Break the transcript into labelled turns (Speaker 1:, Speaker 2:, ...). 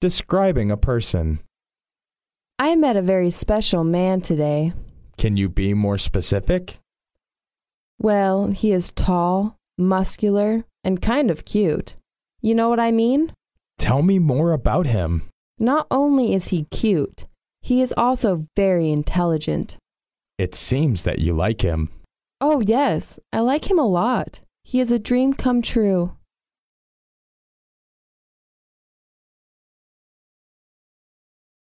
Speaker 1: Describing a person.
Speaker 2: I met a very special man today.
Speaker 1: Can you be more specific?
Speaker 2: Well, he is tall, muscular, and kind of cute. You know what I mean?
Speaker 1: Tell me more about him.
Speaker 2: Not only is he cute, he is also very intelligent.
Speaker 1: It seems that you like him.
Speaker 2: Oh, yes, I like him a lot. He is a dream come true.